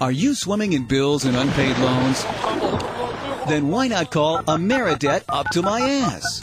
Are you swimming in bills and unpaid loans? Then why not call Ameridebt Up to My Ass?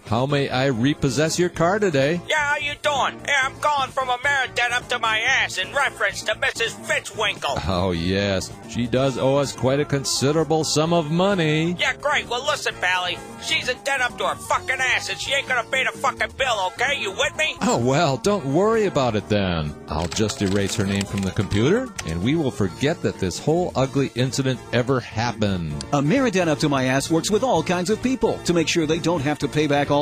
How may I repossess your car today? Yeah, how you doing? Yeah, I'm calling from Ameridebt up to my ass in reference to Mrs. Fitzwinkle. Oh, yes. She does owe us quite a considerable sum of money. Yeah, great. Well, listen, Pally. She's a dead up to her fucking ass, and she ain't gonna pay the fucking bill, okay? You with me? Oh, well, don't worry about it then. I'll just erase her name from the computer, and we will forget that this whole ugly incident ever happened. Ameridebt Up to My Ass works with all kinds of people to make sure they don't have to pay back all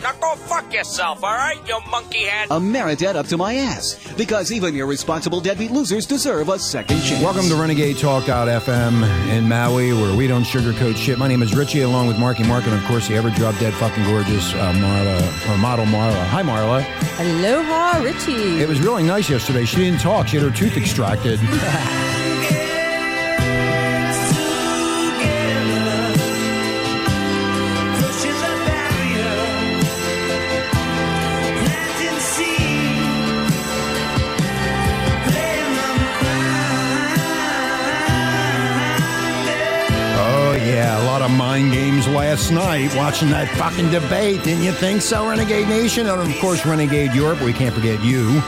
Now go fuck yourself, all right, you monkey head? Ameridebt Up to My Ass. Because even irresponsible deadbeat losers deserve a second chance. Welcome to Renegade Talk.fm in Maui, where we don't sugarcoat shit. My name is Richie, along with Marky Mark, and of course, the ever drop dead fucking gorgeous uh, Marla, or model Marla. Hi, Marla. Aloha, Richie. It was really nice yesterday. She didn't talk, she had her tooth extracted. Oh, yeah, a lot of mind games last night watching that fucking debate. Didn't you think so, Renegade Nation? And of course, Renegade Europe. We can't forget you.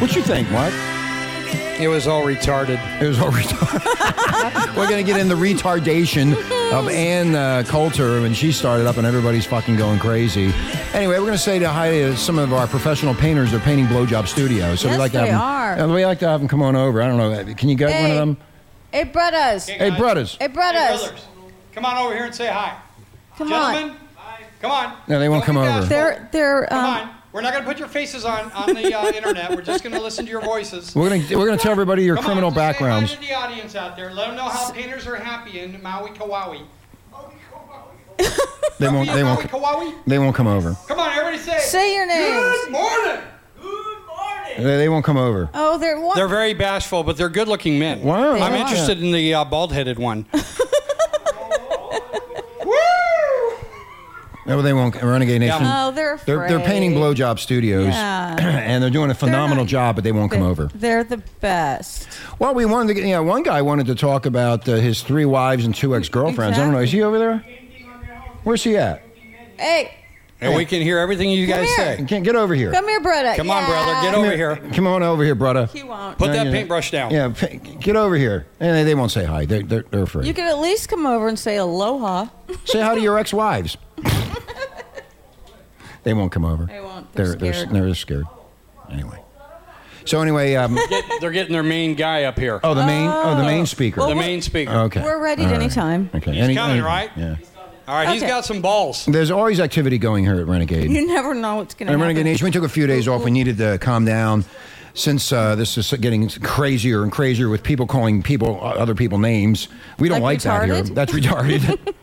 What you think, Mark? It was all retarded. It was all retarded. We're going to get in the retardation of Ann uh, Coulter when she started up and everybody's fucking going crazy. Anyway, we're going to say to hi to some of our professional painters. They're painting Blowjob Studio. So we Yes, like to they have them, are. uh, We like to have them come on over. I don't know. Can you get one of Hey. them? Hey, brothers. Hey, brothers. Hey, brothers. Come on over here and say hi. Come on. Gentlemen, come on. No, they won't Don't come be over. bashful. They're, they're, come um, on. We're not going to put your faces on, on the uh, internet. We're just going to listen to your voices. We're going to we're gonna tell everybody your Come criminal on, just say hi backgrounds. to the audience out there. Let them know how painters are happy in Maui Kauai. They won't. Be in Maui They won't. Kauai. They won't come over. Come on, everybody say. say your names. Good morning. They, they won't come over. Oh, they're one. They're very bashful, but they're good-looking men. Wow. I'm Yeah. interested in the uh, bald-headed one. No, they won't. Renegade Nation. Oh, they're afraid. They're, they're painting blowjob studios, Yeah. and they're doing a phenomenal job, but they won't come over. They're the best. Well, we wanted to get. You know, one guy wanted to talk about uh, his three wives and two ex girlfriends. I don't know. Is he over there? Where's he at? Hey, And we can hear everything you Come guys here. say. Can't get over here. come here, brother. Come on, brother. Get Yeah. over here. Come on over here, brother. He won't. Put that Yeah. paintbrush down. Yeah, pa- get over here. And they, they won't say hi. They're, they're, they're afraid. You can at least come over and say aloha. Say hi to your ex wives. they won't come over. They won't. They're They're they're scared. they're, scared. Anyway. So anyway, um, Get- they're getting their main guy up here. oh the main oh the main speaker. the main speaker. okay. We're ready All at right. any time. Okay. He's coming, right? Yeah. All right, he's Okay. got some balls. There's always activity going here at Renegade. You never know what's going to And happen. Renegade Nation, we took a few days off. We needed to calm down since uh, this is getting crazier and crazier with people calling people uh, other people names. We don't like, Like that here. retarded? That's retarded.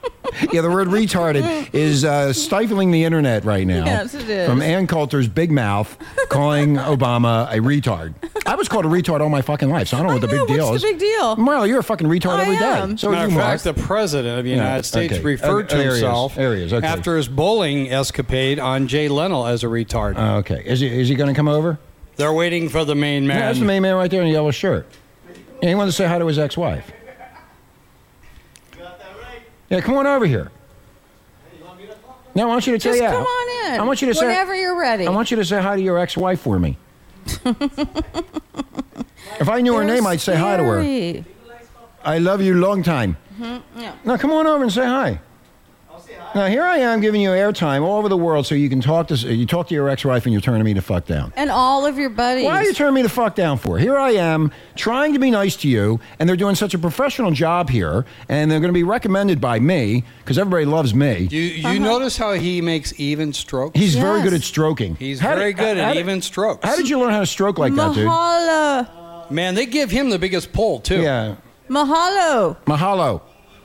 yeah, the word retarded is uh, stifling the internet right now. Yes, it is. From Ann Coulter's big mouth calling Obama a retard. I was called a retard all my fucking life, so I don't know what the I know, big deal what's is. the big deal? Marla, you're a fucking retard I every day. am. So are Matter you, of Mark. fact, the president of the United States okay. referred to There he is. himself There he is, okay. after his bowling escapade on Jay Leno as a retard. Uh, okay. Is he, is he going to come over? They're waiting for the main man. Yeah, that's the main man right there in a yellow shirt. And he wanted to say hi to his ex-wife. Yeah, come on over here. No, I want you to Just say yeah. come on in. I want you to say Whenever you're ready. I want you to say hi to your ex-wife for me. if I knew her name, I'd say hi to her. I love you long time. Mm-hmm, yeah. Now come on over and say hi. Now here I am giving you airtime all over the world so you can talk to you talk to your ex-wife and you're turning me the fuck down. And all of your buddies. Why are you turning me the fuck down for? Here I am trying to be nice to you, and they're doing such a professional job here, and they're going to be recommended by me because everybody loves me. You you notice how he makes even strokes? He's very Yes. good at stroking. He's How very did- good how at did- even strokes. How did you learn how to stroke like that, dude? Mahalo. Man, they give him the biggest pull too. Yeah, Mahalo. mahalo.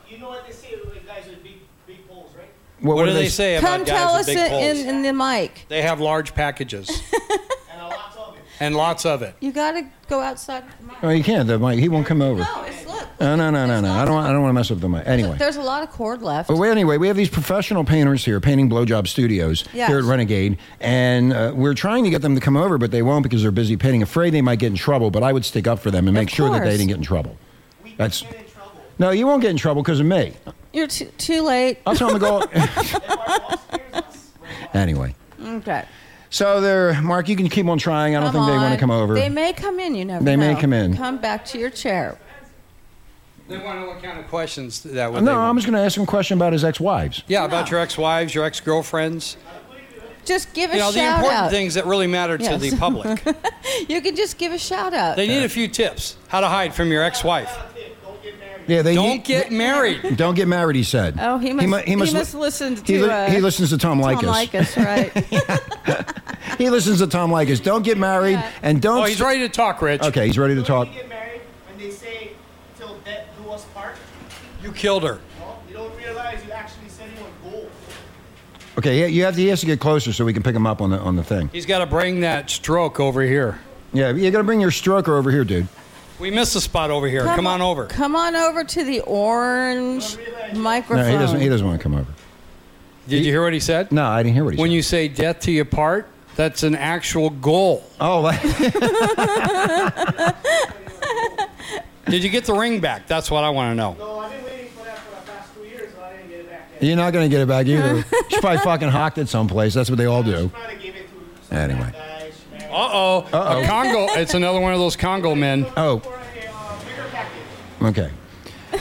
You know what they say about guys with big, big poles, right? What, do they say about Come guys tell with us big it poles? in, in the mic. They have large packages And a lot of it. and lots of it. You got to go outside the mic. Oh, you can't. The mic. He won't come over. No, it's look. No, no, no, no, no. I don't. I don't want to mess up the mic. Anyway. There's a lot of cord left. But well, anyway, we have these professional painters here, painting blowjob studios Yes. here at Renegade, and uh, we're trying to get them to come over, but they won't because they're busy painting. Afraid they might get in trouble, but I would stick up for them and make sure that they course. didn't get in trouble. We That's- can get in trouble. No, you won't get in trouble because of me. You're too, too late. I'll tell them to go. That's why Ross scares us. anyway, Okay. so there, Mark, you can keep on trying. I don't think they want to come over. They may come in. You never They may know. come in. Come back to your chair. They want to know what kind of questions that would. no, they- I'm just going to ask them a question about his ex-wives. Yeah, about your ex-wives, your ex-girlfriends. Just give a You know, the shout important out. things that really matter to Yes. the public. You can just give a shout out. They need a few tips. How to hide from your ex-wife. Don't get married. Yeah, they Don't get married. don't get married. He said. oh, he must. mu- he must, li- listen to. He, li- uh, he listens to Tom Likas. Tom Likas, right? He listens to Tom Likas. Don't get married and don't. Oh, he's ready to talk, Rich. Okay, he's ready to talk. Don't get married when they say till death do us part. You killed her. No, you don't realize you actually setting a goal. Okay, yeah, you have to, he has to get closer so we can pick him up on the on the thing. He's got to bring that stroke over here. Yeah, you gotta bring your stroker over here, dude. We missed the spot over here. Come, on over. Come on over to the orange No, microphone. he doesn't. He doesn't want to come over. Did you hear what he said? No, I didn't hear what he When said. you say death to you part, that's an actual goal. oh, that- Did you get the ring back? That's what I want to know. So I've been waiting for that for the past two years, but I didn't get it back yet. you're not gonna get it back either. She probably fucking hocked it someplace. That's what they all do. Trying to give it to some Anyway. guy. she married. Uh oh. A Congo. It's another one of those Congo men. Oh, For a uh, bigger package. okay.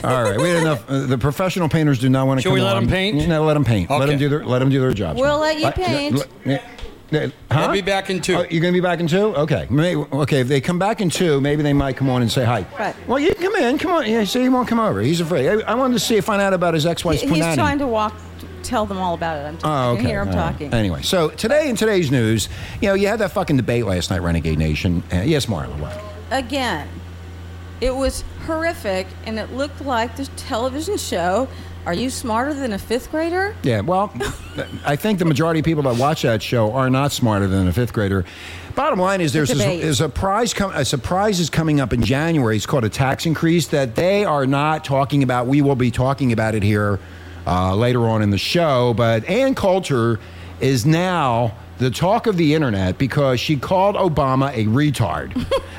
All right, we had enough. Uh, the professional painters do not want to Should come we let on. them paint? No, let them paint. Let Okay. them do their let them do their jobs. We'll let you Let- paint. let- yeah, huh? I'll be back in two. Oh, you're going to be back in two? Okay. May okay, if they come back in two, maybe they might come on and say hi. Right. Well, you can come in. Come on. Yeah, see, he won't come over. He's afraid. I, I wanted to see, find out about his ex wife's He- He's trying to walk. Tell them all about it. I'm. Oh, I okay. can hear him All right. talking. Anyway, so today in today's news, you know, you had that fucking debate last night, Renegade Nation. Uh, yes, Marla, what? again. It was horrific, and it looked like the television show. Are you smarter than a fifth grader? Yeah, well, I think the majority of people that watch that show are not smarter than a fifth grader. Bottom line is there's a, Debate. there's a prize com- a surprise is coming up in January. It's called a tax increase that they are not talking about. We will be talking about it here uh, later on in the show. But Ann Coulter is now the talk of the internet because she called Obama a retard.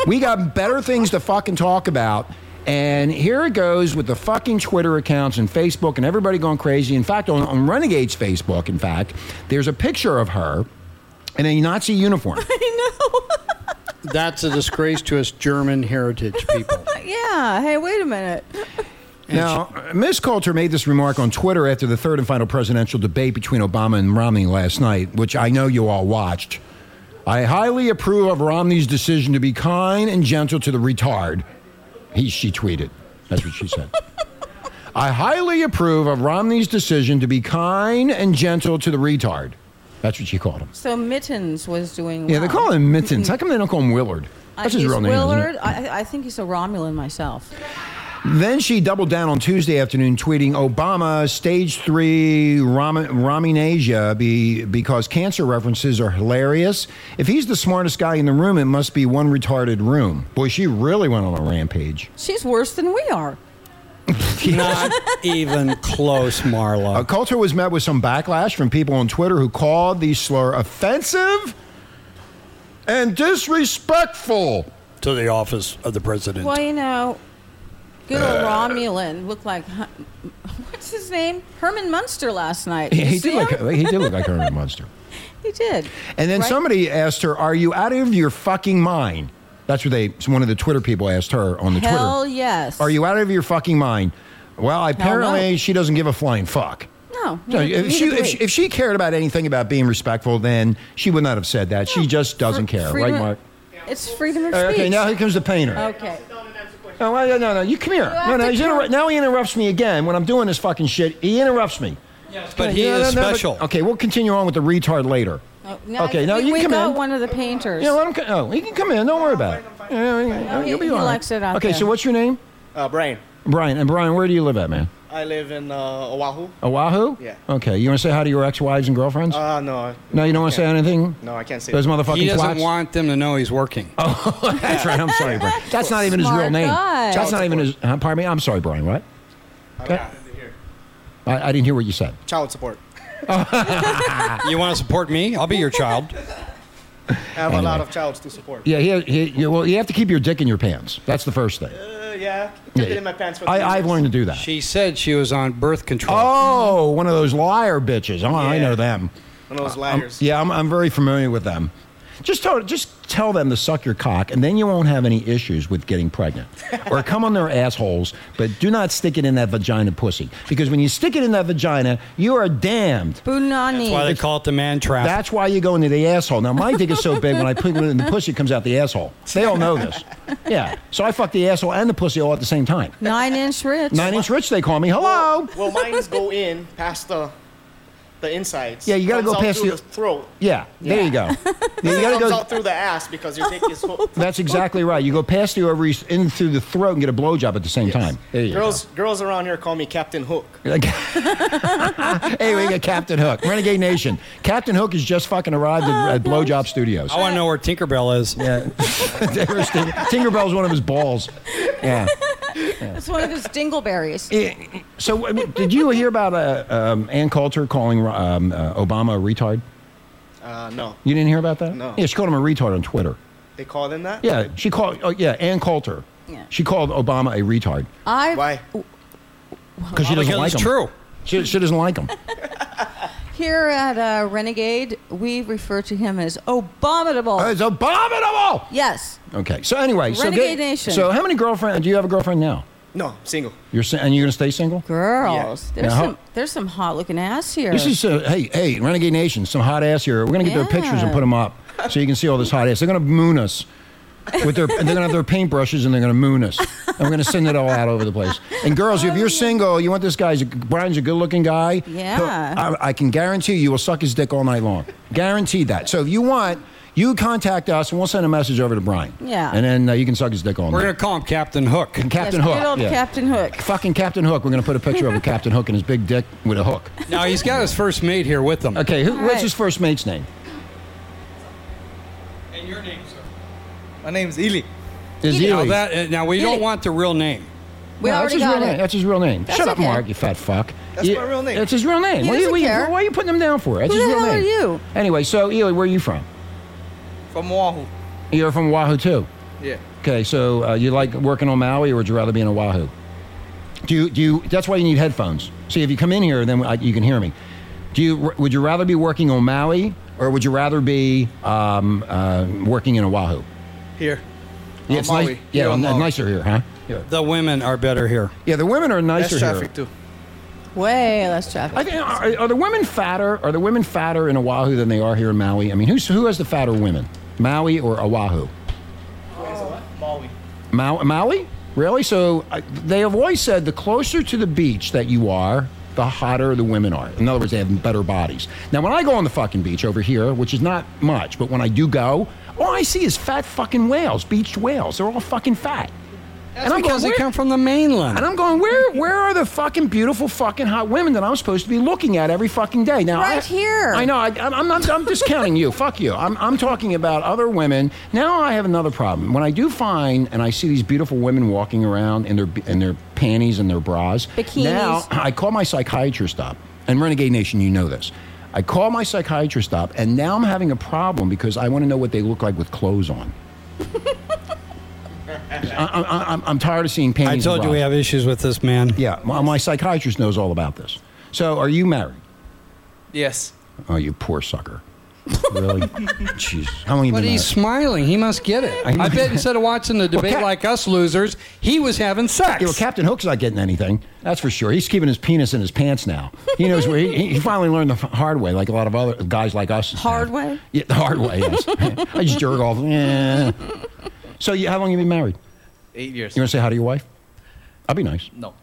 we got better things to fucking talk about. And here it goes with the fucking Twitter accounts and Facebook and everybody going crazy. In fact, on, on Renegade's Facebook, in fact, there's a picture of her in a Nazi uniform. That's a disgrace to us German heritage people. Yeah. Hey, wait a minute. Now, Ms. Coulter made this remark on Twitter after the third and final presidential debate between Obama and Romney last night, which I know you all watched. I highly approve of Romney's decision to be kind and gentle to the retard. He, she tweeted. That's what she said. I highly approve of Romney's decision to be kind and gentle to the retard. That's what she called him. So Mittens was doing. Yeah, they well. call him Mittens. How come they don't call him Willard? I- That's his Mm-hmm. Uh, he's real name. isn't it? Willard. I, I think he's a Romulan myself. Then she doubled down on Tuesday afternoon, tweeting Obama stage three ram- Raminasia be, because cancer references are hilarious. If he's the smartest guy in the room, it must be one retarded room. Boy, she really went on a rampage. She's worse than we are. Not even close, Uh, Marla. Coulter was met with some backlash from people on Twitter who called the slur offensive and disrespectful. To the office of the president. Well, you know, good old Uh. Romulan looked like Hun- what's his name? Herman Munster last night. He, You see did look, him? he did look like Herman Munster. He did. And then Right? somebody asked her, Are you out of your fucking mind? That's what they. One of the Twitter people asked her on the Hell Twitter. yes. Are you out of your fucking mind? Well, apparently she doesn't give a flying fuck. No. No, neither- if she neither if, do we. she if she cared about anything about being respectful, then she would not have said that. She just doesn't care, freedom- right, Mark? It's freedom of All right, speech. okay, now here comes the painter. Okay. No, no, no, no, you come here. You have No, no, to he's come- interru- now he interrupts me again when I'm doing this fucking shit. He interrupts me. Yes, but he No, no, is no, but- special. okay, we'll continue on with the retard later. Oh, no, okay, I- now we, you we can come got in. one of the painters. Yeah, let him. co- Oh, he can come in. Don't worry about it. Yeah, yeah, yeah, he- you'll be he all right. likes it out Okay, there. so what's your name? Uh, Brian, Brian. And Brian, where do you live at, man? I live in uh, Oahu. Oahu. Yeah. Okay, you want to say hi to your ex-wives and girlfriends? Uh, no. I- no, you don't want to say anything. No, I can't say Those that. motherfucking He doesn't twats? Oh. want them to know he's working. That's right. I'm sorry, Brian. That's not even his Smart real name. guy. That's not even his. Huh, pardon me. I'm sorry, Brian. What? Okay. I, I didn't hear what you said. Child support. You want to support me? I'll be your child. I have a lot of childs to support. Yeah, he, he, yeah, well, you have to keep your dick in your pants. That's the first thing. Uh, yeah. Kept it in my pants for I, three I've years. learned to do that. She said she was on birth control. Oh, one of those liar bitches. Oh, I know them. One of those I'm- liars. yeah, I'm, I'm very familiar with them. Just tell, just tell them to suck your cock, and then you won't have any issues with getting pregnant. or come on their assholes, but do not stick it in that vagina pussy. Because when you stick it in that vagina, you are damned. Bunani. That's why they call it the man trap. That's why you go into the asshole. Now my dick is so big when I put it in the pussy, it comes out the asshole. They all know this. Yeah. So I fuck the asshole and the pussy all at the same time. Nine inch rich. Nine inch rich, they call me. Hello. Well, mine's go in past the the insides. Yeah, you gotta Comes go out past through the- the throat. Yeah. There you go. Yeah, you gotta Comes go. out through the ass because your dick is. ho- That's exactly right. You go past the ovaries in through the throat and get a blowjob at the same Yes. time. There you girls, girls around here call me Captain Hook. go. hey, we got Captain Hook, Renegade Nation. Captain Hook has just fucking arrived at, at Blowjob Studios. I want to know where Tinkerbell is. Yeah. There's Ting- Tinkerbell's one of his balls. Yeah. It's one of his dingleberries. Eh, So, I mean, did you hear about uh, um, Ann Coulter calling um, uh, Obama a retard? Uh, no, You didn't hear about that? No. Yeah, she called him a retard on Twitter. they call them that. Yeah, she called. Oh, yeah, Ann Coulter. Yeah. She called Obama a retard I Why? because she doesn't Because like it's him. true. She, she doesn't like him. here at uh, Renegade, we refer to him as abominable. it's abominable. yes. Okay. So anyway, so Renegade get- Nation. So how many girlfriend? Do you have a girlfriend now? No, single. You're si- and you're gonna stay single? Girls, there's Now, how- some there's some hot looking ass here. This is uh, hey hey Renegade Nation, some hot ass here. We're gonna get their pictures and Yeah. put them up so you can see all this hot ass. They're gonna moon us with their. and they're gonna have their paintbrushes and they're gonna moon us. And we're gonna send it all out over the place. And girls, Oh, if you're single, you want this guy's Brian's a good looking guy. Yeah. He'll- I, I can guarantee you will suck his dick all night long. Guaranteed that. So if you want. You contact us and we'll send a message over to Brian. Yeah. And then uh, you can suck his dick all We're night. going to call him Captain Hook. Captain yes, Hook. Good old yeah. Captain Hook. Fucking Captain Hook. We're going to put a picture of a Captain Hook and his big dick with a hook. Now, he's got his first mate here with him. Okay, who, All what's right. his first mate's name? And your name, sir? My name's Ely. Is Now, Ely. that, uh, now we Ely. don't want the real name. We No, that's already his got real name. it. That's his real name. That's Shut up, okay. Mark, you fat fuck. That's You- my real name. That's his real name. He Why, are you, doesn't why you- care. why are you putting him down for? That's Who his the real hell name. are you? Anyway, so Ely, where are you from? From Oahu. You're from Oahu too. Yeah. Okay, so uh, you like working on Maui, or would you rather be in Oahu? Do you, do you? That's why you need headphones. See, if you come in here, then I, you can hear me. Do you? Would you rather be working on Maui, or would you rather be um, uh, working in Oahu? Here. Yeah, On it's Maui. nice. Yeah, Here on n- Maui. nicer here, huh? Yeah. The women are better here. Yeah, the women are Less nicer here. traffic too. Way less traffic. I think, are, are the women fatter? Are the women fatter in Oahu than they are here in Maui? I mean, who's who has the fatter women, Maui or Oahu? Maui. Mau- Maui? Really? So I, they have always said the closer to the beach that you are, the hotter the women are. In other words, they have better bodies. Now, when I go on the fucking beach over here, which is not much, but when I do go, all I see is fat fucking whales, beached whales. They're all fucking fat. That's And I'm because going, they "Where-" come from the mainland. And I'm going, where where are the fucking beautiful fucking hot women that I'm supposed to be looking at every fucking day? Now I, Right here. I know. I, I'm, I'm not. I'm discounting you. Fuck you. I'm I'm talking about other women. Now I have another problem. When I do find and I see these beautiful women walking around in their in their panties and their bras. Bikinis. Now I call my psychiatrist up. And Renegade Nation, you know this. I call my psychiatrist up, and now I'm having a problem because I want to know what they look like with clothes on. I, I, I, I'm- I'm tired of seeing I panties. and told you we bras. have issues with this man. Yeah, my, my psychiatrist knows all about this. So, are you married? Yes. Oh, you poor sucker. Really? Jeez. How long you But been he's out? smiling. He must get it. I bet instead of watching the debate Cap- like us losers, he was having sex. Yeah, well, Captain Hook's not getting anything. That's for sure. He's keeping his penis in his pants now. He knows where he, he finally learned the hard way, like a lot of other guys like us. Hard way? Yeah, the hard way. Yes. I just jerk off. Yeah. So, you, how long have you been married? Eight years. You want to say hi to your wife? I'll be nice. No.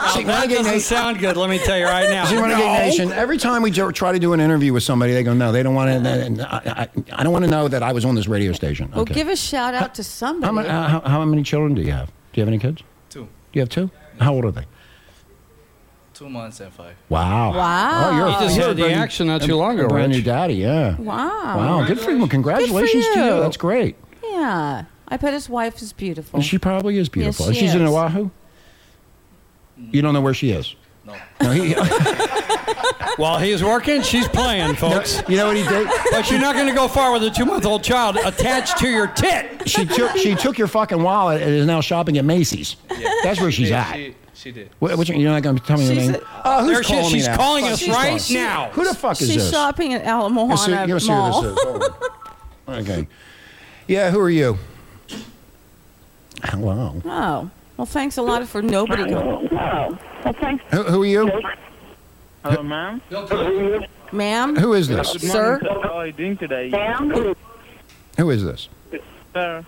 Oh, that doesn't sound good. Let me tell you right now. See, Renegade No. Nation, every time we jo- try to do an interview with somebody, they go, no, they don't want to. I, I, I don't want to know that I was on this radio station. Well, Okay. give a shout out to how, somebody. many, uh, how, how many children do you have? Do you have any kids? Two. Do you have two? How old are they? Two months and five. Wow. Wow. Oh, you're a- He just you're a had the brand new- action not too long ago, a Brand new Rich. daddy, yeah. wow. Oh. Wow. Good for you. Congratulations to you. you. That's great. Yeah. I bet his wife is beautiful. And she probably is beautiful. Yes, she She's in is. Oahu? You don't know where she is? No. No, he, While he's working, she's playing, folks. you know what he did? But you're not going to go far with a two-month-old child attached to your tit. She took, she took your fucking wallet and is now shopping at Macy's. That's where she's Yeah, at. She, she did. What, which, you're not going to tell me your She's name? a- oh, who's There she is. calling me now? She's calling Fuck, us she's right calling- now. Who the fuck is She's this? shopping at Al You see- Moana you see Mall. who this is. Hold on. okay. Yeah, who are you? Hello. Oh. Well, thanks a lot for nobody going. Who, who are you? Hello, ma'am. Ma'am? Who is this? Sir? How are you doing today? Who is this? Sir.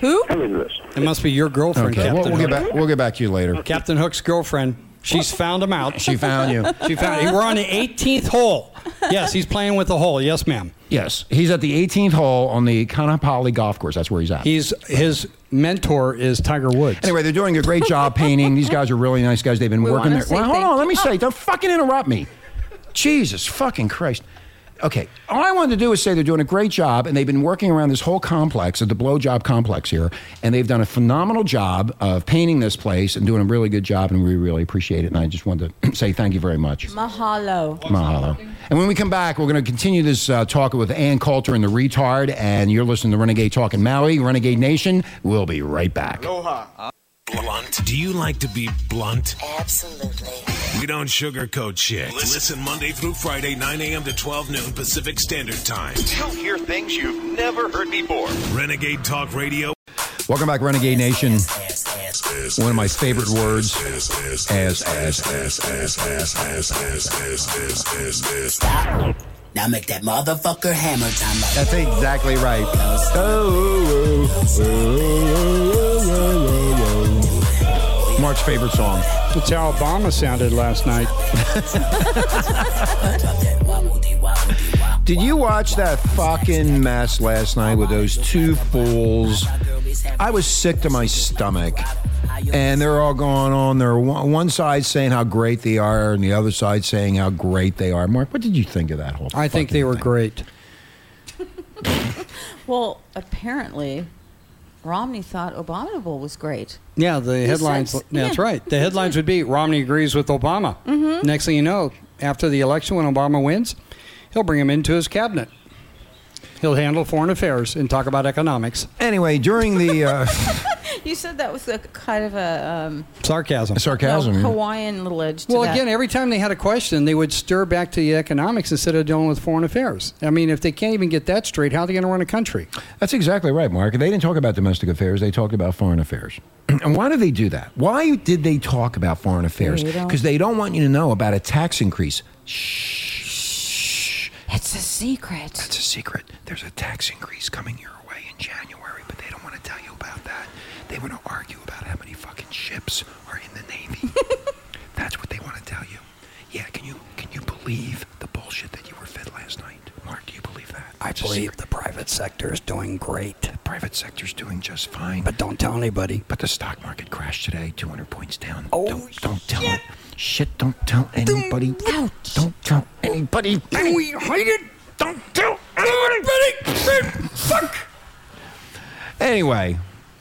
Who? It must be your girlfriend, Okay, we'll, Captain. we'll get Hook. back. We'll get back to you later. Captain Hook's girlfriend. She's found him out. She found you. She found. We're on the 18th hole. Yes, he's playing with the hole. Yes, ma'am. Yes, he's at the 18th hole on the Kanapali golf course. That's where he's at. He's his mentor is Tiger Woods. Anyway, they're doing a great job painting. These guys are really nice guys. They've been We working wanna there. say Well, hold thank on. Let me you. say, don't fucking interrupt me. Jesus fucking Christ. Okay, all I wanted to do is say they're doing a great job, and they've been working around this whole complex, at the blowjob complex here, and they've done a phenomenal job of painting this place and doing a really good job, and we really appreciate it. And I just wanted to say thank you very much. Mahalo. Mahalo. And when we come back, we're going to continue this uh, talk with Ann Coulter and the retard. And you're listening to Renegade Talk in Maui, Renegade Nation. We'll be right back. Blunt. Do you like to be blunt? Absolutely. We don't sugarcoat shit. Listen Monday through Friday, 9 a.m. to 12 noon Pacific Standard Time. You'll hear things you've never heard before. Renegade Talk Radio. Welcome back, Renegade Nation. One of my favorite words. Ass, ass, ass, ass, ass, ass, Stop. Now make that motherfucker hammer time. Like That's exactly right. Oh, oh, oh, oh, oh, oh. Mark's favorite song. That's how Obama sounded last night. Did you watch that fucking mess last night with those two fools? I was sick to my stomach. And they're all going on. They're one one side saying how great they are, and the other side saying how great they are. Mark, what did you think of that whole? I think they were great. Well, apparently, Romney thought Abominable was great. Yeah, the headlines. sense- yeah, That's yeah. right. The headlines would be Romney agrees with Obama. Mm-hmm. Next thing you know, after the election, when Obama wins, he'll bring him into his cabinet. He'll handle foreign affairs and talk about economics. Anyway, during the uh, You said that was a kind of a um, Sarcasm. sarcasm, yeah. Hawaiian little edge to Well, that. again, every time they had a question, they would stir back to the economics instead of dealing with foreign affairs. I mean, if they can't even get that straight, how are they going to run a country? That's exactly right, Mark. They didn't talk about domestic affairs, they talked about foreign affairs. and why did they do that? Why did they talk about foreign affairs? They don't- Because they don't want you to know about a tax increase. it's a secret. It's a secret. There's a tax increase coming your way in January, but they don't want to tell you about that. They want to argue about how many fucking ships are in the Navy. That's what they want to tell you. Yeah, can you can you believe the bullshit that you were fed last night? Mark, do you believe that? I It's a believe secret. the private sector is doing great, private sector's doing just fine. but don't tell anybody. But the stock market crashed today, 200 points down. Oh, don't, don't tell it. Shit, don't tell anybody. Ouch. Don't tell anybody. we hide it? Don't tell anybody. Fuck. Anyway,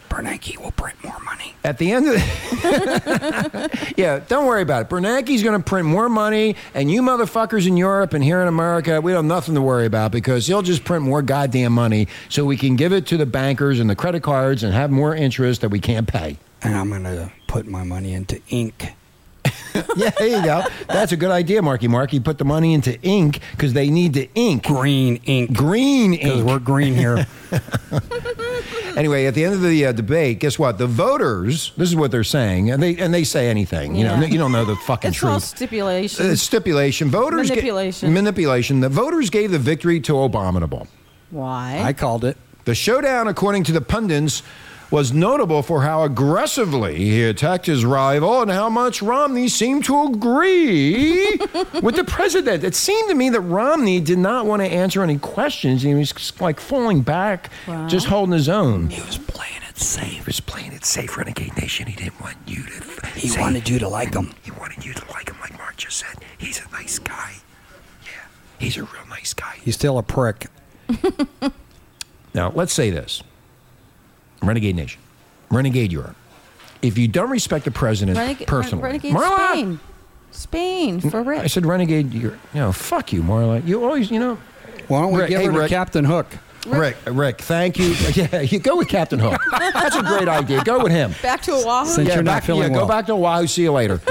Bernanke will print more money. at the end of the yeah, don't worry about it. Bernanke's going to print more money, and you motherfuckers in Europe and here in America, we have nothing to worry about because he'll just print more goddamn money so we can give it to the bankers and the credit cards and have more interest that we can't pay. And I'm going to put my money into ink. yeah, there you go. That's a good idea, Marky Mark. You put the money into ink because they need to ink. Green ink. Green ink. Because we're green here. anyway, at the end of the uh, debate, guess what? The voters, this is what they're saying, and they and they say anything. You know, Yeah. you don't know the fucking It's truth. called stipulation. Uh, stipulation. Voters ga- Manipulation. manipulation. The voters gave the victory to Abominable. Why? I called it. The showdown, according to the pundits, was notable for how aggressively he attacked his rival and how much Romney seemed to agree with the president. It seemed to me that Romney did not want to answer any questions. He was just, like falling back, just holding his own. He was playing it safe. He was playing it safe, Renegade Nation. He didn't want you to. He wanted you to like him. He wanted you to like him, like Mark just said. He's a nice guy. Yeah, he's a real nice guy. He's still a prick. Now, let's say this Renegade Nation, Renegade Europe. If you don't respect the president Renega- personally, Renegade Marla- Spain. Spain for I Rick. said Renegade Europe. No, fuck you, Marla. You always, you know. Why don't we Rick, give hey, her to Rick. Captain Hook? Rick, Rick, thank you. Yeah, you go with Captain Hook. That's a great idea. Go with him. Back to Oahu. yeah, back, yeah, go back to Oahu. See you later.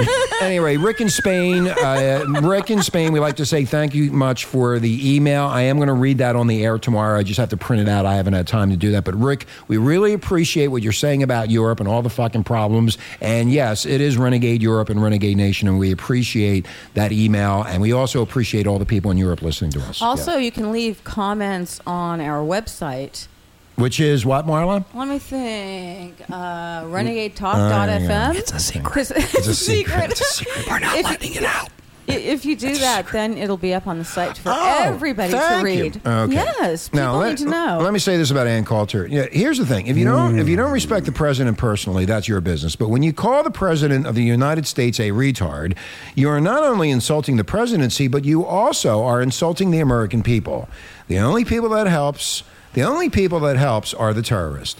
anyway, Rick in Spain, uh, Rick in Spain, we like to say thank you much for the email. I am going to read that on the air tomorrow. I just have to print it out. I haven't had time to do that. But Rick, we really appreciate what you're saying about Europe and all the fucking problems. And yes, it is Renegade Europe and Renegade Nation, and we appreciate that email. And we also appreciate all the people in Europe listening to us. Also, you can leave comments on our website. Which is what, Marla? Let me think. Uh, Uh, RenegadeTalk.fm. it's a secret. 'Cause- It's a secret. It's a secret. We're not If- letting it out. i- If you do that, then it'll be up on the site for Oh, everybody to thank read. You. Okay. Yes, people Now, let, need to know. Let me say this about Ann Coulter. Yeah, here's the thing: if you don't, if you don't respect the president personally, that's your business. But when you call the president of the United States a retard, you are not only insulting the presidency, but you also are insulting the American people. The only people that helps, the only people that helps, are the terrorists.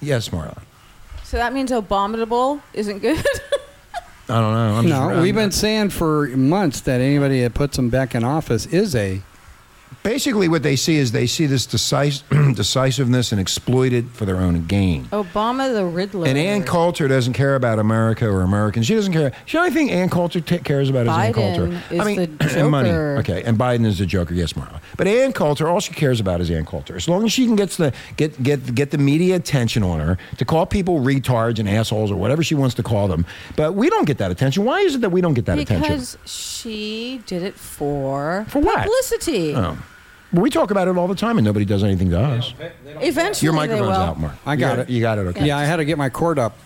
Yes, Marla. so that means abominable isn't good. I don't know. I'm no, just, I'm- we've been saying for months that anybody that puts him back in office is a basically what they see is they see this decis- decisiveness and exploit it for their own gain. Obama the Riddler. And Ann Coulter doesn't care about America or Americans. She doesn't care. The only thing Ann Coulter ta cares about is Ann Biden Coulter. is I mean, the and money. Joker. Okay, and Biden is the Joker. Yes, Marla. But Ann Coulter, all she cares about is Ann Coulter. As long as she can get the get get get the media attention on her to call people retards and assholes or whatever she wants to call them. But we don't get that attention. Why is it that we don't get that attention? because she did it for For what? publicity. Oh. Well, we talk about it all the time, and nobody does anything to us. Eventually, Your they microphone's will. out, Mark. I got You it. You got it. Okay. Yeah, I had to get my cord up.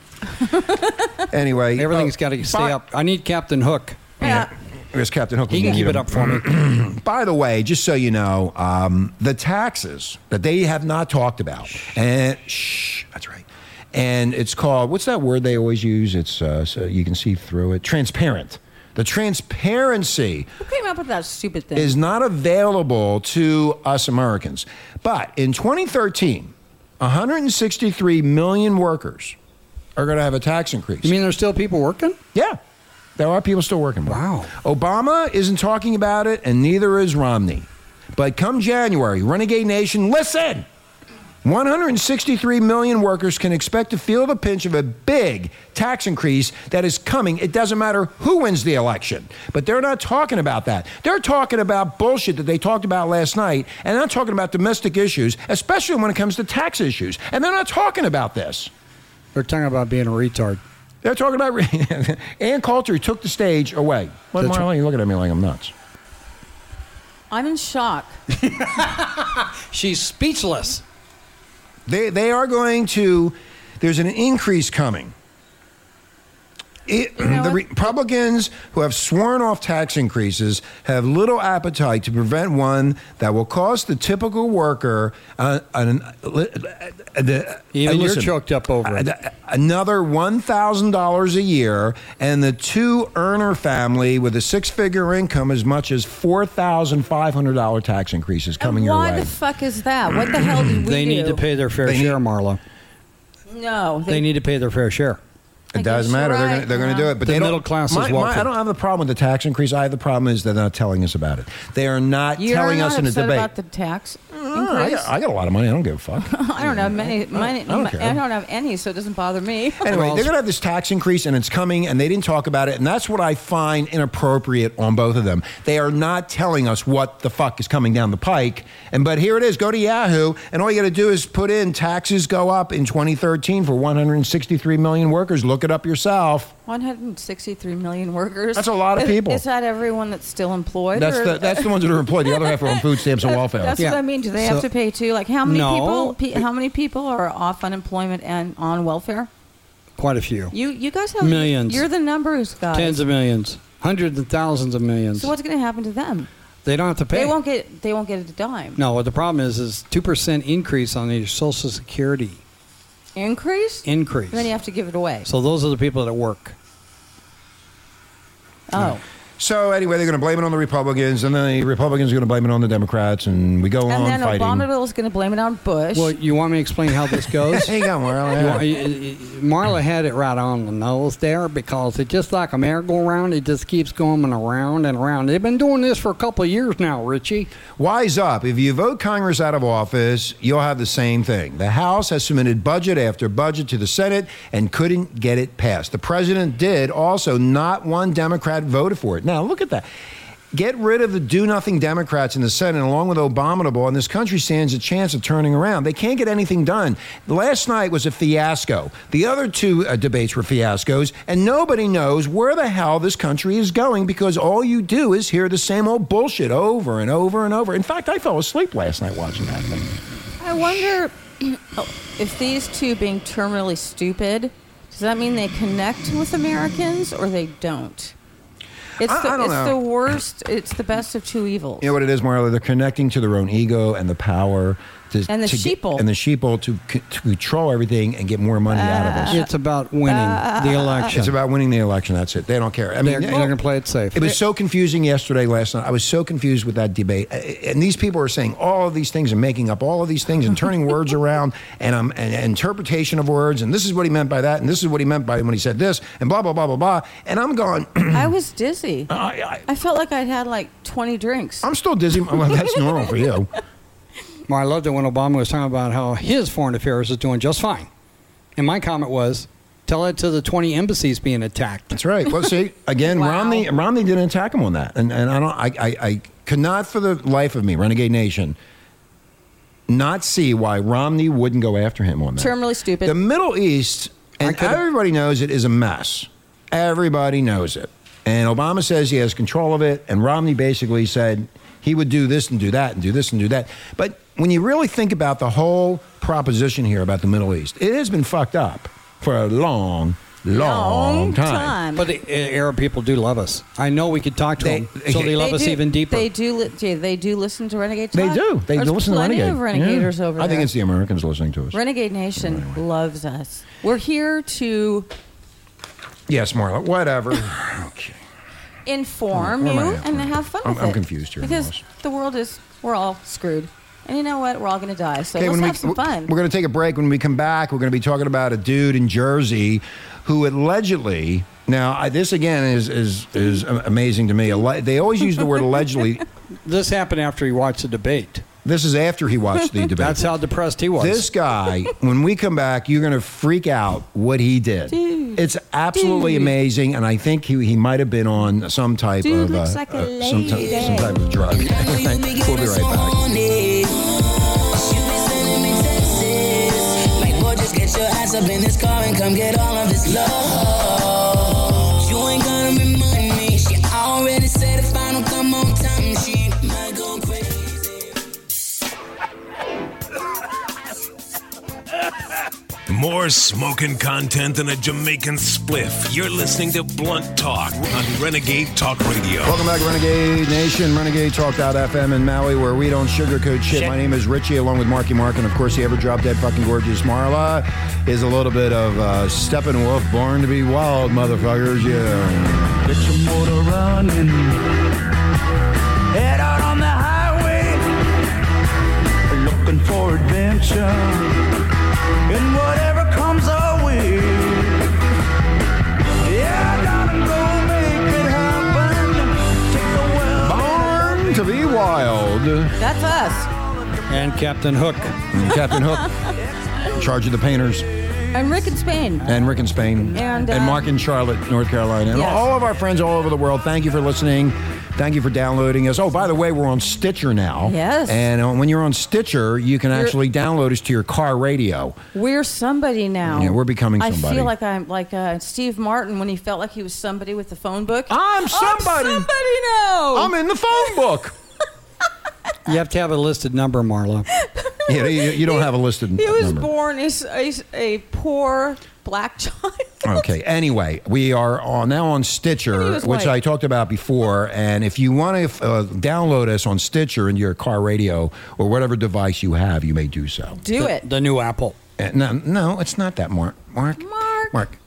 Anyway, uh, everything's got to stay up. I need Captain Hook. Yeah. There's Captain Hook. He can keep it up for me. By the way, just so you know, um, the taxes that they have not talked about, and shh, that's right. And it's called what's that word they always use? It's uh, so you can see through it. Transparent. The transparency Who came up with that stupid thing? is not available to us Americans. But in 2013, 163 million workers are going to have a tax increase. You mean there's still people working? Yeah. There are people still working. Wow. Obama isn't talking about it, and neither is Romney. But come January, Renegade Nation, listen! 163 million workers can expect to feel the pinch of a big tax increase that is coming. It doesn't matter who wins the election. But they're not talking about that. They're talking about bullshit that they talked about last night, and they're not talking about domestic issues, especially when it comes to tax issues. And they're not talking about this. They're talking about being a retard. They're talking about Ann Coulter took the stage away. What, That's Marla, you looking at me like I'm nuts. I'm in shock. She's speechless. They they are going to. There's an increase coming. It, the Republicans who have sworn off tax increases have little appetite to prevent one that will cost the typical worker uh, an, the, Even uh, you're listen, choked up over it. uh, another $1,000 a year, and the two earner family with a six figure income as much as $4,500 tax increases coming your Why way. the fuck is that? What the hell did we They do? need to pay their fair They need- share, Marla. No, They need to pay their fair share. It doesn't matter. They're gonna, they're going to do it, but The they middle don't, class is my, my, welcome. I don't have a problem with the tax increase. I have the problem is they're not telling us about it. They are not You're telling not us in the upset debate. about the tax Oh, I, increase. got, I got a lot of money. I don't give a fuck. I don't have many. Money, I, don't don't care. have any, so it doesn't bother me. Anyway, they're going to have this tax increase and it's coming and they didn't talk about it. And that's what I find inappropriate on both of them. They are not telling us what the fuck is coming down the pike. And but here it is. Go to Yahoo and all you got to do is put in taxes go up in 2013 for 163 million workers. Look it up yourself. 163 million workers. That's a lot of Is- people. Is that everyone that's still employed? That's or- the, that's the ones that are employed. The other half are on food stamps and welfare. That's what I mean. Do they have to pay too? Like how many No. people? Pe- how many people are off unemployment and on welfare? Quite a few. You you guys have Millions. You're the numbers guys. Tens of millions. Hundreds and thousands of millions. So what's going to happen to them? they don't have to pay. They won't get they won't get a dime No, what the problem is is two percent increase on your Social Security increase. increase. And then you have to give it away. So those are the people that work. oh, So anyway, they're going to blame it on the Republicans, and then the Republicans are going to blame it on the Democrats, and we go and on then fighting. Obama is going to blame it on Bush. Well, you want me to explain how this goes? Hang on, Marla. You want- you- you- Marla had it right on the nose there because it's just like a merry-go-round. It just keeps going around and around. They've been doing this for a couple of years now, Richie. Wise up. If you vote Congress out of office, you'll have the same thing. The House has submitted budget after budget to the Senate and couldn't get it passed. The president did also. Not one Democrat voted for it. Now, look at that. Get rid of the do nothing Democrats in the Senate, along with Abominable, and this country stands a chance of turning around. They can't get anything done. Last night was a fiasco. The other two uh, debates were fiascos, and nobody knows where the hell this country is going because all you do is hear the same old bullshit over and over and over. In fact, I fell asleep last night watching that thing. I wonder if these two being terminally stupid, does that mean they connect with Americans or they don't? It's I- the, I don't it's know. the worst. It's the best of two evils. You know what it is, Marla? They're connecting to their own ego and the power to And the to get- sheeple. and the sheeple to, c- to control everything and get more money out of us. Ah. It's about winning Uh, the election. It's about winning the election. That's it. They don't care. I mean, they're, you know, going to play it safe. It was so confusing yesterday, last night. I was so confused with that debate. Uh, And these people are saying all of these things and making up all of these things and turning words around and, um, and and interpretation of words. And this is what he meant by that. And this is what he meant by when he said this. And blah, blah, blah, blah, blah. And I'm going, I was dizzy. I, I, I felt like I'd had like 20 drinks. I'm still dizzy. Well, that's normal for you. Well, I loved it when Obama was talking about how his foreign affairs is doing just fine. And my comment was, tell it to the 20 embassies being attacked. That's right. Well, see, again, Romney Romney didn't attack him on that, and and I don't, I, I I could not for the life of me, Renegade Nation, not see why Romney wouldn't go after him on that. Terminally stupid. The Middle East, and everybody knows it, is a mess. Everybody knows it. And Obama says he has control of it, and Romney basically said he would do this and do that and do this and do that. But when you really think about the whole proposition here about the Middle East, it has been fucked up for a long, long, time. But the uh, Arab people do love us. I know we could talk to them, so they love us do, even deeper. They do. Li- yeah, they do listen to Renegade. They Talk. do. They There's listen to plenty Renegade. of renegators Yeah. over I there. think it's the Americans listening to us. Renegade Nation loves us. We're here to yes, Marla. Whatever. inform Where you am I at? and have fun I'm- with I'm it. confused here, Because Alice. the world is, we're all screwed. And you know what? We're all going to die. So Okay, let's when have we- some fun. We're going to take a break. When we come back, we're going to be talking about a dude in Jersey who allegedly. Now, I, this again is is is a- amazing to me. Alle- They always use the word allegedly. This happened after he watched the debate. This is after he watched the debate. That's how depressed he was. This guy, when we come back, you're going to freak out what he did. it's absolutely Dude. amazing, and I think he, he might have been on some type Dude of looks uh, like a uh, some, ty- lady. some type of drug. we'll be right back. Like, boy, just get your ass up in this car and come get all of this love. You ain't gonna remind me. She already said if I don't come on time, she might go crazy. More smoking content than a Jamaican spliff. You're listening to Blunt Talk on Renegade Talk Radio. Welcome back, Renegade Nation, Renegade Talk.fm in Maui, where we don't sugarcoat shit. My name is Richie, along with Marky Mark, and of course, the ever drop dead fucking gorgeous Marla is a little bit of uh, Steppenwolf, born to be wild, motherfuckers. Yeah. Get your motor running. Head out on the highway. Looking for adventure. And whatever comes our way. do? That's us. And Captain Hook. Captain Hook. In charge of the painters. I'm Rick and Spain. And Rick and Spain. And, uh, Mark in Charlotte, North Carolina. And Yes. all of our friends all over the world, thank you for listening. Thank you for downloading us. Oh, by the way, we're on Stitcher now. Yes. And uh, when you're on Stitcher, you can You're- actually download us to your car radio. We're somebody now. Yeah, we're becoming I somebody. feel like I'm like uh, Steve Martin when he felt like he was somebody with the phone book. I'm somebody. somebody now. I'm in the phone book. You have to have a listed number, Marla. yeah, you, you don't have a listed He was born as a, a poor black child. Okay. Anyway, we are on, now on He Stitcher, was which white. I talked about before. And if you want to uh, download us on Stitcher in your car radio or whatever device you have, you may do so. Do The- it. The new Apple. Uh, no, no, it's not that, Mark. Mark. Mark. Mark.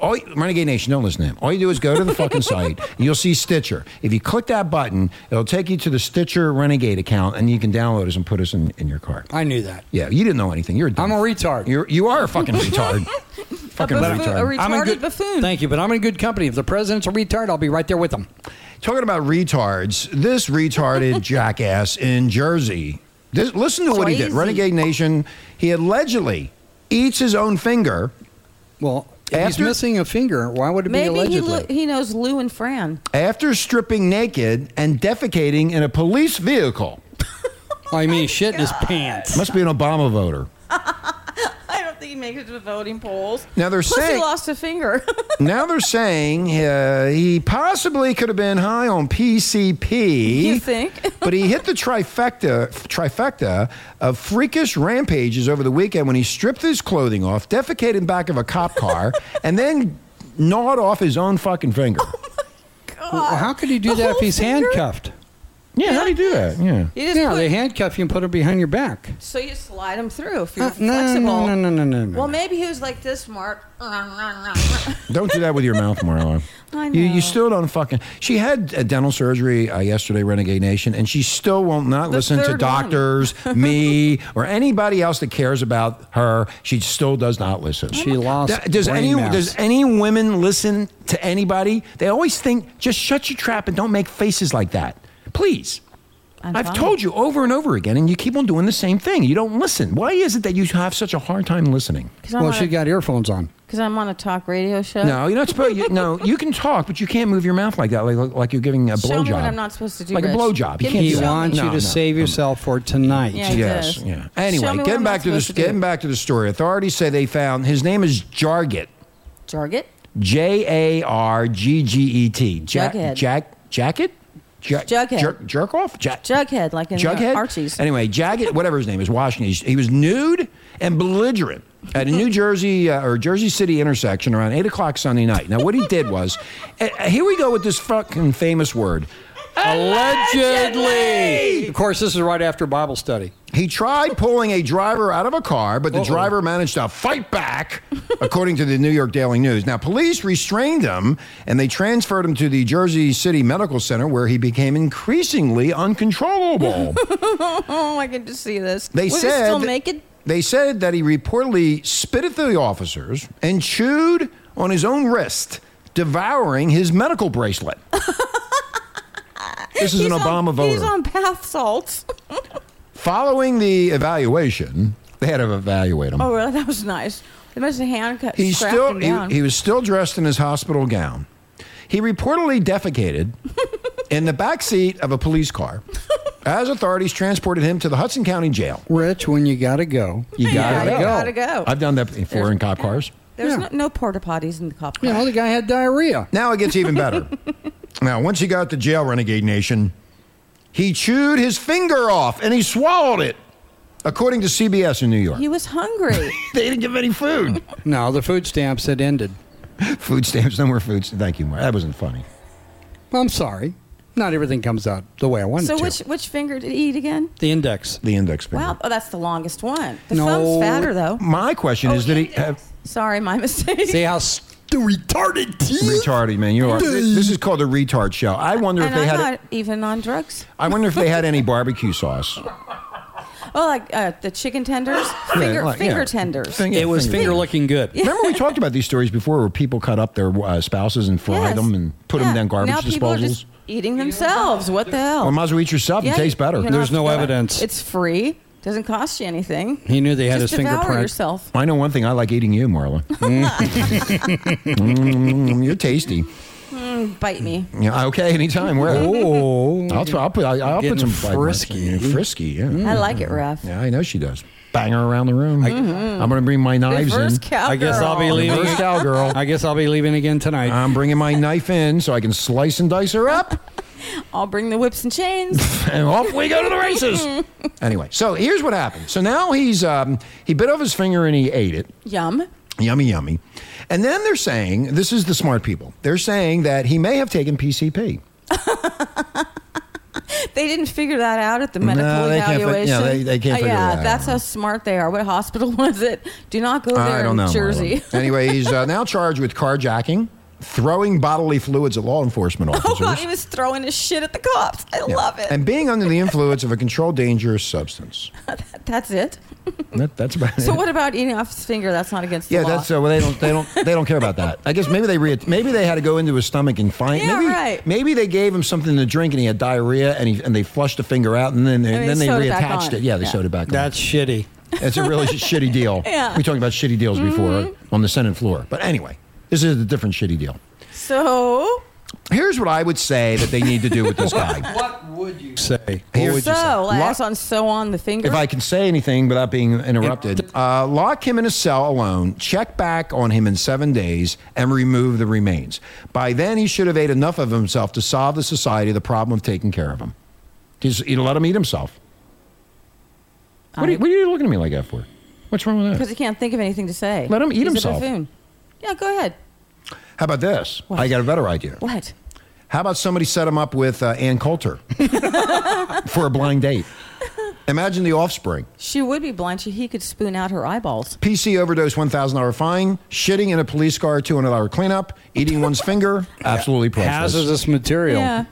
All, you- Renegade Nation, don't listen to him. All you do is go to the fucking site. And you'll see Stitcher. If you click that button, it'll take you to the Stitcher Renegade account, and you can download us and put us in, in your car. I knew that. Yeah, you didn't know anything. You're a I'm a retard. You're, you are a fucking retard. fucking retard. I'm in good, buffoon. Thank you, but I'm in good company. If the president's a retard, I'll be right there with him. Talking about retards, this retarded jackass in Jersey. This, listen to what he did. Crazy. Renegade Nation. He allegedly eats his own finger. Well, if he's After- missing a finger. Why would it be Maybe he, allegedly? lo- he knows Lou and Fran. after stripping naked and defecating in a police vehicle. I mean, shit in Oh his pants. Must be an Obama voter. I don't think he makes it to the voting polls. Now they're Plus he saying- lost a finger. now they're saying uh, he possibly could have been high on PCP. You think? but he hit the trifecta trifecta of freakish rampages over the weekend when he stripped his clothing off, defecated in back of a cop car, and then gnawed off his own fucking finger. Oh, Well, how could he do that if he's handcuffed? Yeah, how do you do that? Yeah. You just yeah, put- they handcuff you and put it behind your back. so you slide him through if you're Uh, no, flexible. no, no, no, no, no, no. Well, maybe he was like this, Mark. Don't do that with your mouth, Marla. I You, you still don't fucking. She had a dental surgery uh, yesterday, Renegade Nation, and she still won't not listen to third one. doctors, me, or anybody else that cares about her. She still does not listen. She lost Th- Does brain any mass. does any women listen to anybody? They always think just shut your trap and don't make faces like that, please. I'm I've fine. told you over and over again, and you keep on doing the same thing. You don't listen. Why is it that you have such a hard time listening? 'Cause I'm Well, on she a- got earphones on. Because I'm on a talk radio show. No, you're not supposed. You, no, you can talk, but you can't move your mouth like that, like like you're giving a Show blowjob. me what I'm not supposed to do. Like a Rich. blowjob. You Give can't me- He do that. show wants No, you to no. save yourself for tonight. Yeah, he yes. does. Yeah. Show Anyway, me what I'm getting not back to this. supposed to do. getting back to the story. Authorities say they found his name is Jarget. Jarget? J a r g g e t. Jughead. Jack. Jack. Jacket. Jack, Jughead. Jerk, jerk off? Jack, Jughead, like in the Jughead? Archie's. Anyway, Jagged, whatever his name is, Washington. he's- He was nude and belligerent at a New Jersey uh, or Jersey City intersection around 8 o'clock Sunday night. Now, what he did was, uh, uh, here we go with this fucking famous word. Allegedly. Of course, this is right after Bible study. He tried pulling a driver out of a car, but the driver managed to fight back, according to the New York Daily News. Now, police restrained him and they transferred him to the Jersey City Medical Center, where he became increasingly uncontrollable. oh, I can just see this. They Was he said still naked. They said that he reportedly spit at the officers and chewed on his own wrist, devouring his medical bracelet. this is an Obama voter. He's on bath salts. Following the evaluation, they had to evaluate him. Oh, really? That was nice. They must have handcuffed. He strapped still him down. he, he was still dressed in his hospital gown. He reportedly defecated in the back seat of a police car as authorities transported him to the Hudson County Jail. Rich, when you gotta go, You gotta, Yeah, you go. gotta go. I've done that before in cop cars. There's no, no porta potties in the cop car. You know, the guy had diarrhea. Now it gets even better. now, once he got to jail, Renegade Nation, he chewed his finger off and he swallowed it, according to CBS in New York. He was hungry. they didn't give any food. No, the food stamps had ended. food stamps, no more food stamps. Thank you, Mark. That wasn't funny. I'm sorry. Not everything comes out the way I wanted so to. which which finger did he eat again? the index. The index finger. Wow, oh, that's the longest one. The No. thumb's fatter though. My question oh, is, did he have Sorry, my mistake. See how st- retarded teeth? retarded man? You are. Dude. This is called a retard show. I wonder if And they I'm had. not even on drugs. I wonder if they had any barbecue sauce. Oh, like uh, the chicken tenders, finger, like, yeah. finger tenders. It was finger looking good. Remember we talked about these stories before, where people cut up their uh, spouses and fry Yes. them and put them down garbage now people are disposals. just eating themselves. What the hell? well, might as well eat yourself. Yeah, it tastes better. you don't have to go- It's free. Doesn't cost you anything. He knew they had Just his devour fingerprint. yourself. I know one thing. I like eating you, Marla. Mm, you're tasty. Mm, bite me. Yeah, okay, anytime. Where? Oh, I'll, try- I'll put. I'll, I'll Getting put some fried rice in you. Frisky, yeah. I like it rough. Mm. Yeah, I know she does. Bang her around the room. I, Mhm. am going to bring my knives Reverse in. cowgirl. I guess I'll be leaving. Reverse cowgirl. Um, I guess I'll be leaving again tonight. I'm bringing my knife in so I can slice and dice her up. I'll bring the whips and chains. and off we go to the races. anyway, so here's what happened. So now he's um, he bit off his finger and he ate it. Yum. Yummy, yummy. And then they're saying this is the smart people. They're saying that he may have taken PCP. They didn't figure that out at the No, medical they can't fi- evaluation. yeah, they- they can't Uh, figure yeah, that out. that's how smart they are. What hospital was it? Do not go there I don't in know. Jersey. Marlo. anyway, he's uh, now charged with carjacking, throwing bodily fluids at law enforcement Oh officers. god, he was throwing his shit at the cops. I Yeah. love it. And being under the influence of a controlled dangerous substance. That's it. That, that's about it. So what about eating off his finger? That's not against Yeah, the law. that's uh, well. They don't. They don't. They don't care about that. I guess maybe they re- maybe they had to go into his stomach and find. Yeah, maybe, right. Maybe they gave him something to drink and he had diarrhea and he and they flushed a finger out and then they, And they then they sewed it back reattached on. it. Yeah, they Yeah. sewed it back. That's shitty. It's a really shitty deal. Yeah. Mm-hmm. we talked about shitty deals before on the Senate floor. But anyway, this is a different shitty deal. so Here's what I would say that they need to do with this guy. What would you say? Here's- so last on so on the finger. If I can say anything without being interrupted, uh, lock him in a cell alone, check back on him in seven days, and remove the remains. By then, he should have ate enough of himself to solve the society the problem of taking care of him. Just you know, let him eat himself. What are, you, what are you looking at me like that for? What's wrong with because that? he can't think of anything to say. Let him eat He's a himself. buffoon. Yeah, go ahead. How about this? I got a better idea. What? How about somebody set him up with uh, Ann Coulter for a blind date? Imagine the offspring. She would be blind. She he could spoon out her eyeballs. PC overdose, one thousand dollar fine. Shitting in a police car, two hundred dollar cleanup. Eating one's finger, absolutely priceless. Hazardous material. Yeah.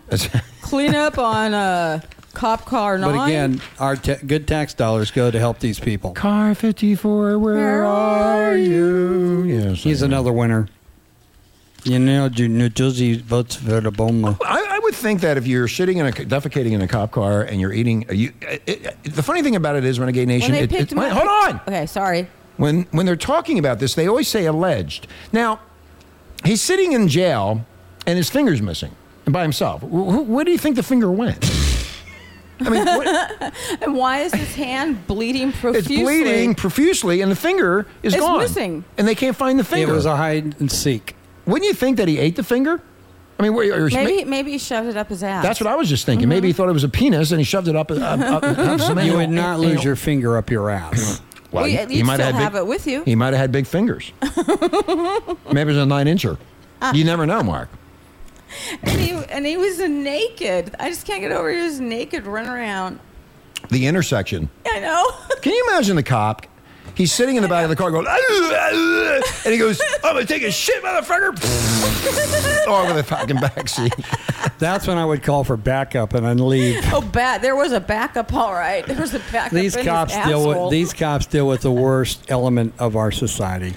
Clean up on a cop car nine. But again, our ta- good tax dollars go to help these people. Car fifty four, where are you? Yes, He's another winner. You know, Ju- New Jersey votes for the Obama. I, I would think that if you're shitting in a defecating in a cop car and you're eating, uh, you, it, it, the funny thing about it is, Renegade when Nation. they it- picked it- him wait, up, hold on. Okay, sorry. when when they're talking about this, they always say alleged. Now, he's sitting in jail, and his finger's missing, and by himself. Wh- wh- where do you think the finger went? I mean, what, And why is his hand bleeding it's profusely? bleeding profusely, and the finger is It's gone. missing. and they can't find the It finger. was a hide and seek. Wouldn't you think that he ate the finger? I mean, where, or Maybe maybe he Mm-hmm. shoved it up his ass. that's what I was just thinking. Maybe he thought it was a penis, and he shoved it up. up, up, up some You anal- would not anal- lose your finger up your ass. Well, Well, he, you- he you'd might have still had have big, it with you. He might have had big fingers. Maybe it was a nine incher. Ah. You never know, Mark. and he and he was naked. I just can't get over he was naked running around. The intersection. I know. Can you imagine the cop? He's sitting in the back of the car going, "Ugh, ugh," and he goes, I'm going to take a shit, motherfucker. oh, with a fucking backseat. That's when I would call for backup and then leave. Oh, bad. There was a backup. All right, there was a backup. These in cops his deal asshole. with these cops deal with the worst element of our society.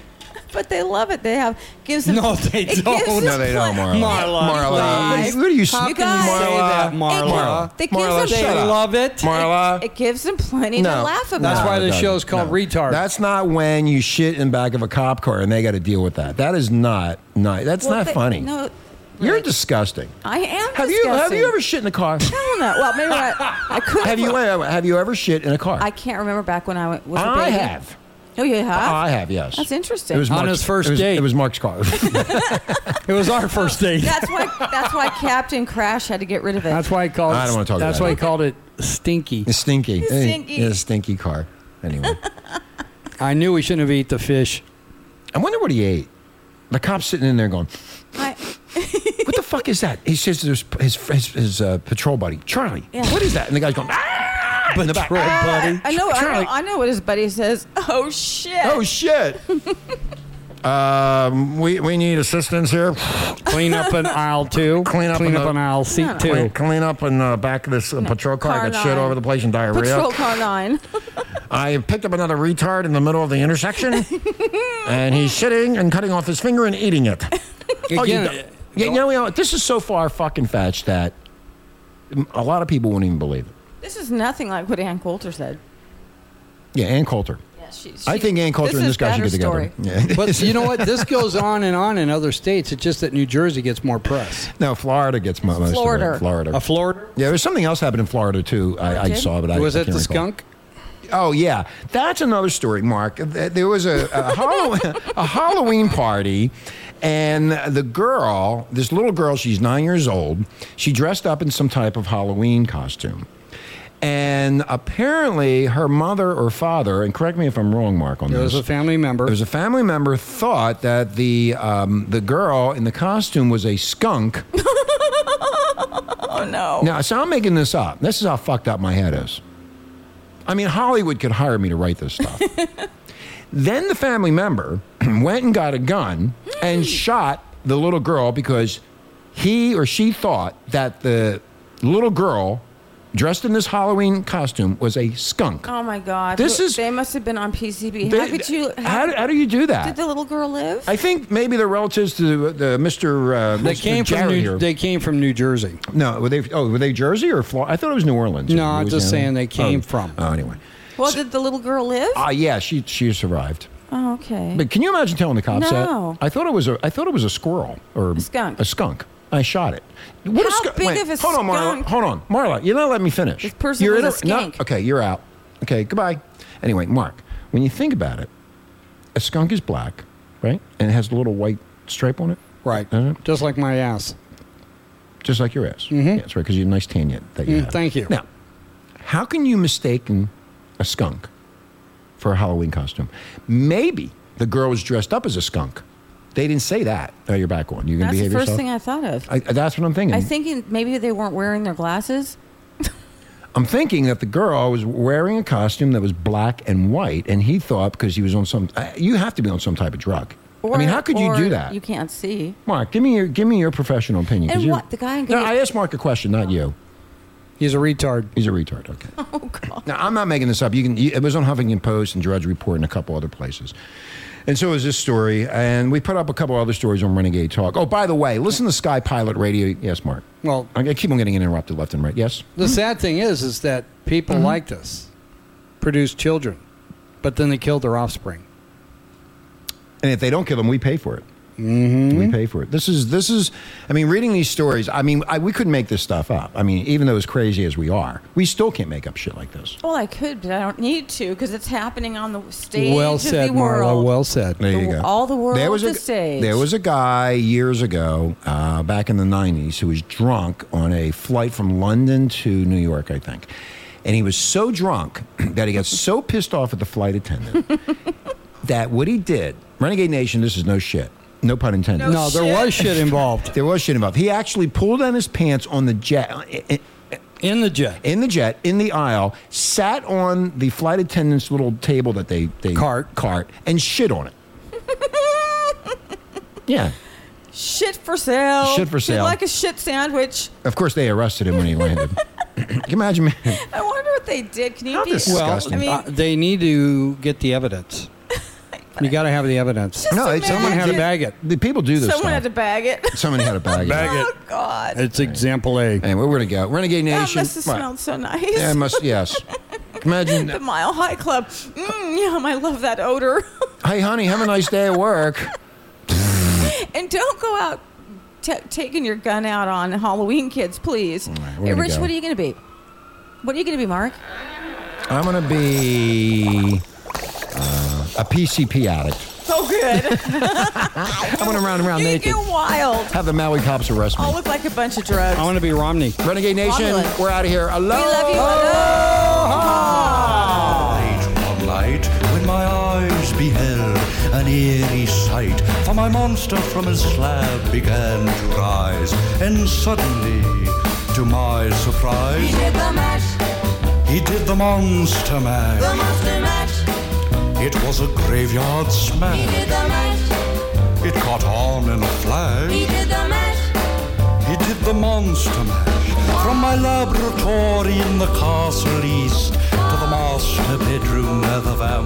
but they love it. They have gives them. No, they it gives don't. them No, they don't, Marla. Marla, Marla. please. What are you How sneaking, can you Marla? say that, Marla? It- they give Marla, them- They shut up. love it. Marla. It gives them plenty to laugh about. That's why it the doesn't. show's called No. Retard. That's not when you shit in back of a cop car and they got to deal with that. That is not nice. That's Well, not they- funny. No, You're disgusting. I Have you am. have you disgusting. ever shit in a car? Hell no. Well, maybe I, I could. have you ever have you ever shit in a car? I can't remember back when I went- was a I baby. have. Oh, you have. I have, yes. That's interesting. It was On Mark's- his first it was- date. It was Mark's car. It was our first date. That's why. That's why Captain Crash had to get rid of it. That's why he called. I don't wanna talk That's about why it. he called it stinky. It's stinky. It's Hey, stinky. yeah, it's stinky car. Anyway, I knew we shouldn't have eaten the fish. I wonder what he ate. The cop's sitting in there going, I, "What the fuck is that?" He says to his his, his, his uh, patrol buddy, Charlie. Yeah. What is that? And the guy's going, "Ah!" in the back. Patrol buddy. I know. I Charlie. know. I know what his buddy says. Oh shit. Oh shit. um, we we need assistance here. Clean up an aisle two. Clean up Clean in up the- an aisle seat Clean, two. clean up in the back of this uh, patrol car. Car I got shit nine. all over the place and diarrhea. Patrol car nine. I picked up another retard in the middle of the intersection, and he's sitting and cutting off his finger and eating it. oh, you, Again, know- you know, you know, this is so far fucking fetched that a lot of people won't even believe it. This is nothing like what Ann Coulter said. Yeah, Ann Coulter. Yeah, she's. I think Ann Coulter and this guy should get together. Yeah. but you know what? This goes on and on in other states. It's just that New Jersey gets more press. No, Florida gets mo- most of it. Florida. Florida. A Florida? Yeah, there's something else happened in Florida too. I, I Did? saw, but I Was I it can't the recall. skunk? Oh yeah, that's another story, Mark. Th- There was a, a, Halloween, a Halloween party, and the girl, this little girl, she's nine years old. She dressed up in some type of Halloween costume, and apparently her mother or father, and correct me if I'm wrong, Mark, on It this. was a family member. There was a family member thought that the um, the girl in the costume was a skunk. Oh no. Now, so I'm making this up. This is how fucked up my head is. I mean, Hollywood could hire me to write this stuff. then the family member went and got a gun Mm. and shot the little girl because he or she thought that the little girl dressed in this Halloween costume was a skunk. Oh my God. This Who- is- They must have been on PCB. They- how could you? How, do- how do you do that? Did the little girl live? I think maybe they're relatives to the, the Mr. Uh, They Mr. came from Jared New, here. they came from New Jersey. no, were they? Oh, were they Jersey or Florida? I thought it was New Orleans. No, I'm just saying Louisiana. they came Oh, from. Oh, anyway. Well, did the little girl live? Ah, yeah, she she survived. oh, okay. But can you imagine telling the cops No. that? I thought it was a I thought it was a squirrel or a skunk. A skunk. I shot it. What How a skunk? big Wait, of a hold on, Marla. skunk? Hold on, Marla. You're not letting me finish. This person you're was a inter- no, skink. okay, you're out. Okay, goodbye. Anyway, Mark, when you think about it, a skunk is black, right? And it has a little white stripe on it, Right. Uh-huh. Just like my ass. just like your ass. Mm-hmm. Yeah, that's right, because you're a nice tan yet that you Mm, have. thank you. Now, how can you mistaken a skunk for a Halloween costume? Maybe the girl was dressed up as a skunk. They didn't say that. Oh, you're back on. You gonna That's the behave first yourself. thing I thought of. I, that's what I'm thinking. I think maybe they weren't wearing their glasses. I'm thinking that the girl was wearing a costume that was black and white, and he thought because he was on some. Uh, you have to be on some type of drug. I mean, Or- how could you or do that? You can't see. Mark, give me your give me your professional opinion. 'cause And you're- what the guy? No, I asked Mark a question, not you. He's a retard. He's a retard. Okay. Oh God. Now I'm not making this up. You can. You, it was on Huffington Post and Drudge Report and a couple other places. And so is this story. And we put up a couple other stories on Renegade Talk. Oh, by the way, listen to Sky Pilot Radio. Yes, Mark. Well, I I keep on getting interrupted left and right. Yes. the sad thing is, is that people Mm-hmm. like this produce children, but then they kill their offspring. And if they don't kill them, we pay for it. Mm-hmm. We pay for it. This is this is. I mean, reading these stories. I mean, I, we couldn't make this stuff up. I mean, even though as crazy as we are, we still can't make up shit like this. Well, I could, but I don't need to because it's happening on the stage well of said, the Marla. world. Well said. There you go. All the world there was to a stage. there was a guy years ago, uh, back in the '90s, who was drunk on a flight from London to New York, I think, and he was so drunk that he got so pissed off at the flight attendant that what he did, Renegade Nation, this is no shit, no pun intended. No, there was shit involved There was shit involved. He actually pulled down his pants on the jet. uh, in the jet. In the jet, in the aisle, sat on the flight attendant's little table that they, they cart cart and shit on it. yeah. Shit for sale. Shit for sale. like a shit sandwich. Of course, they arrested him when he landed. Can you imagine? man? I wonder what they did. Can you How be Well, I mean, uh, they need to get the evidence. You got to have the evidence. Just No, it's- someone had to imagine- bag it. The people do someone had to bag it. Somebody had a bag. Bag it. Oh God. It's example A. And we're gonna go Renegade That Nation. must have What? smelled so nice. Yeah, it must. Yes. Imagine. the Mile High Club. Mm, yum, I love that odor. Hey, honey, have a nice day at work. and don't go out t- taking your gun out on Halloween kids, please. we're hey, gonna Rich, go. what are you going to be? What are you going to be, Mark? I'm gonna be uh, a PCP addict. So good. I'm gonna round and round you naked. get wild. Have the Maui cops arrest me. Oh, I'll look like a bunch of drugs. I want to be Romney. Renegade Nation, Romulan. we're out of here. Aloha. We love you. oh, Aloha. One light when my eyes beheld an eerie sight, for my monster from his slab began to rise, and suddenly, to my oh. surprise, he did the match. He did the monster match. The monster match. It was a graveyard smash. He did the match. It caught on in a flash. He did the match. He did the monster match. From my laboratory in the castle east to the master bedroom of the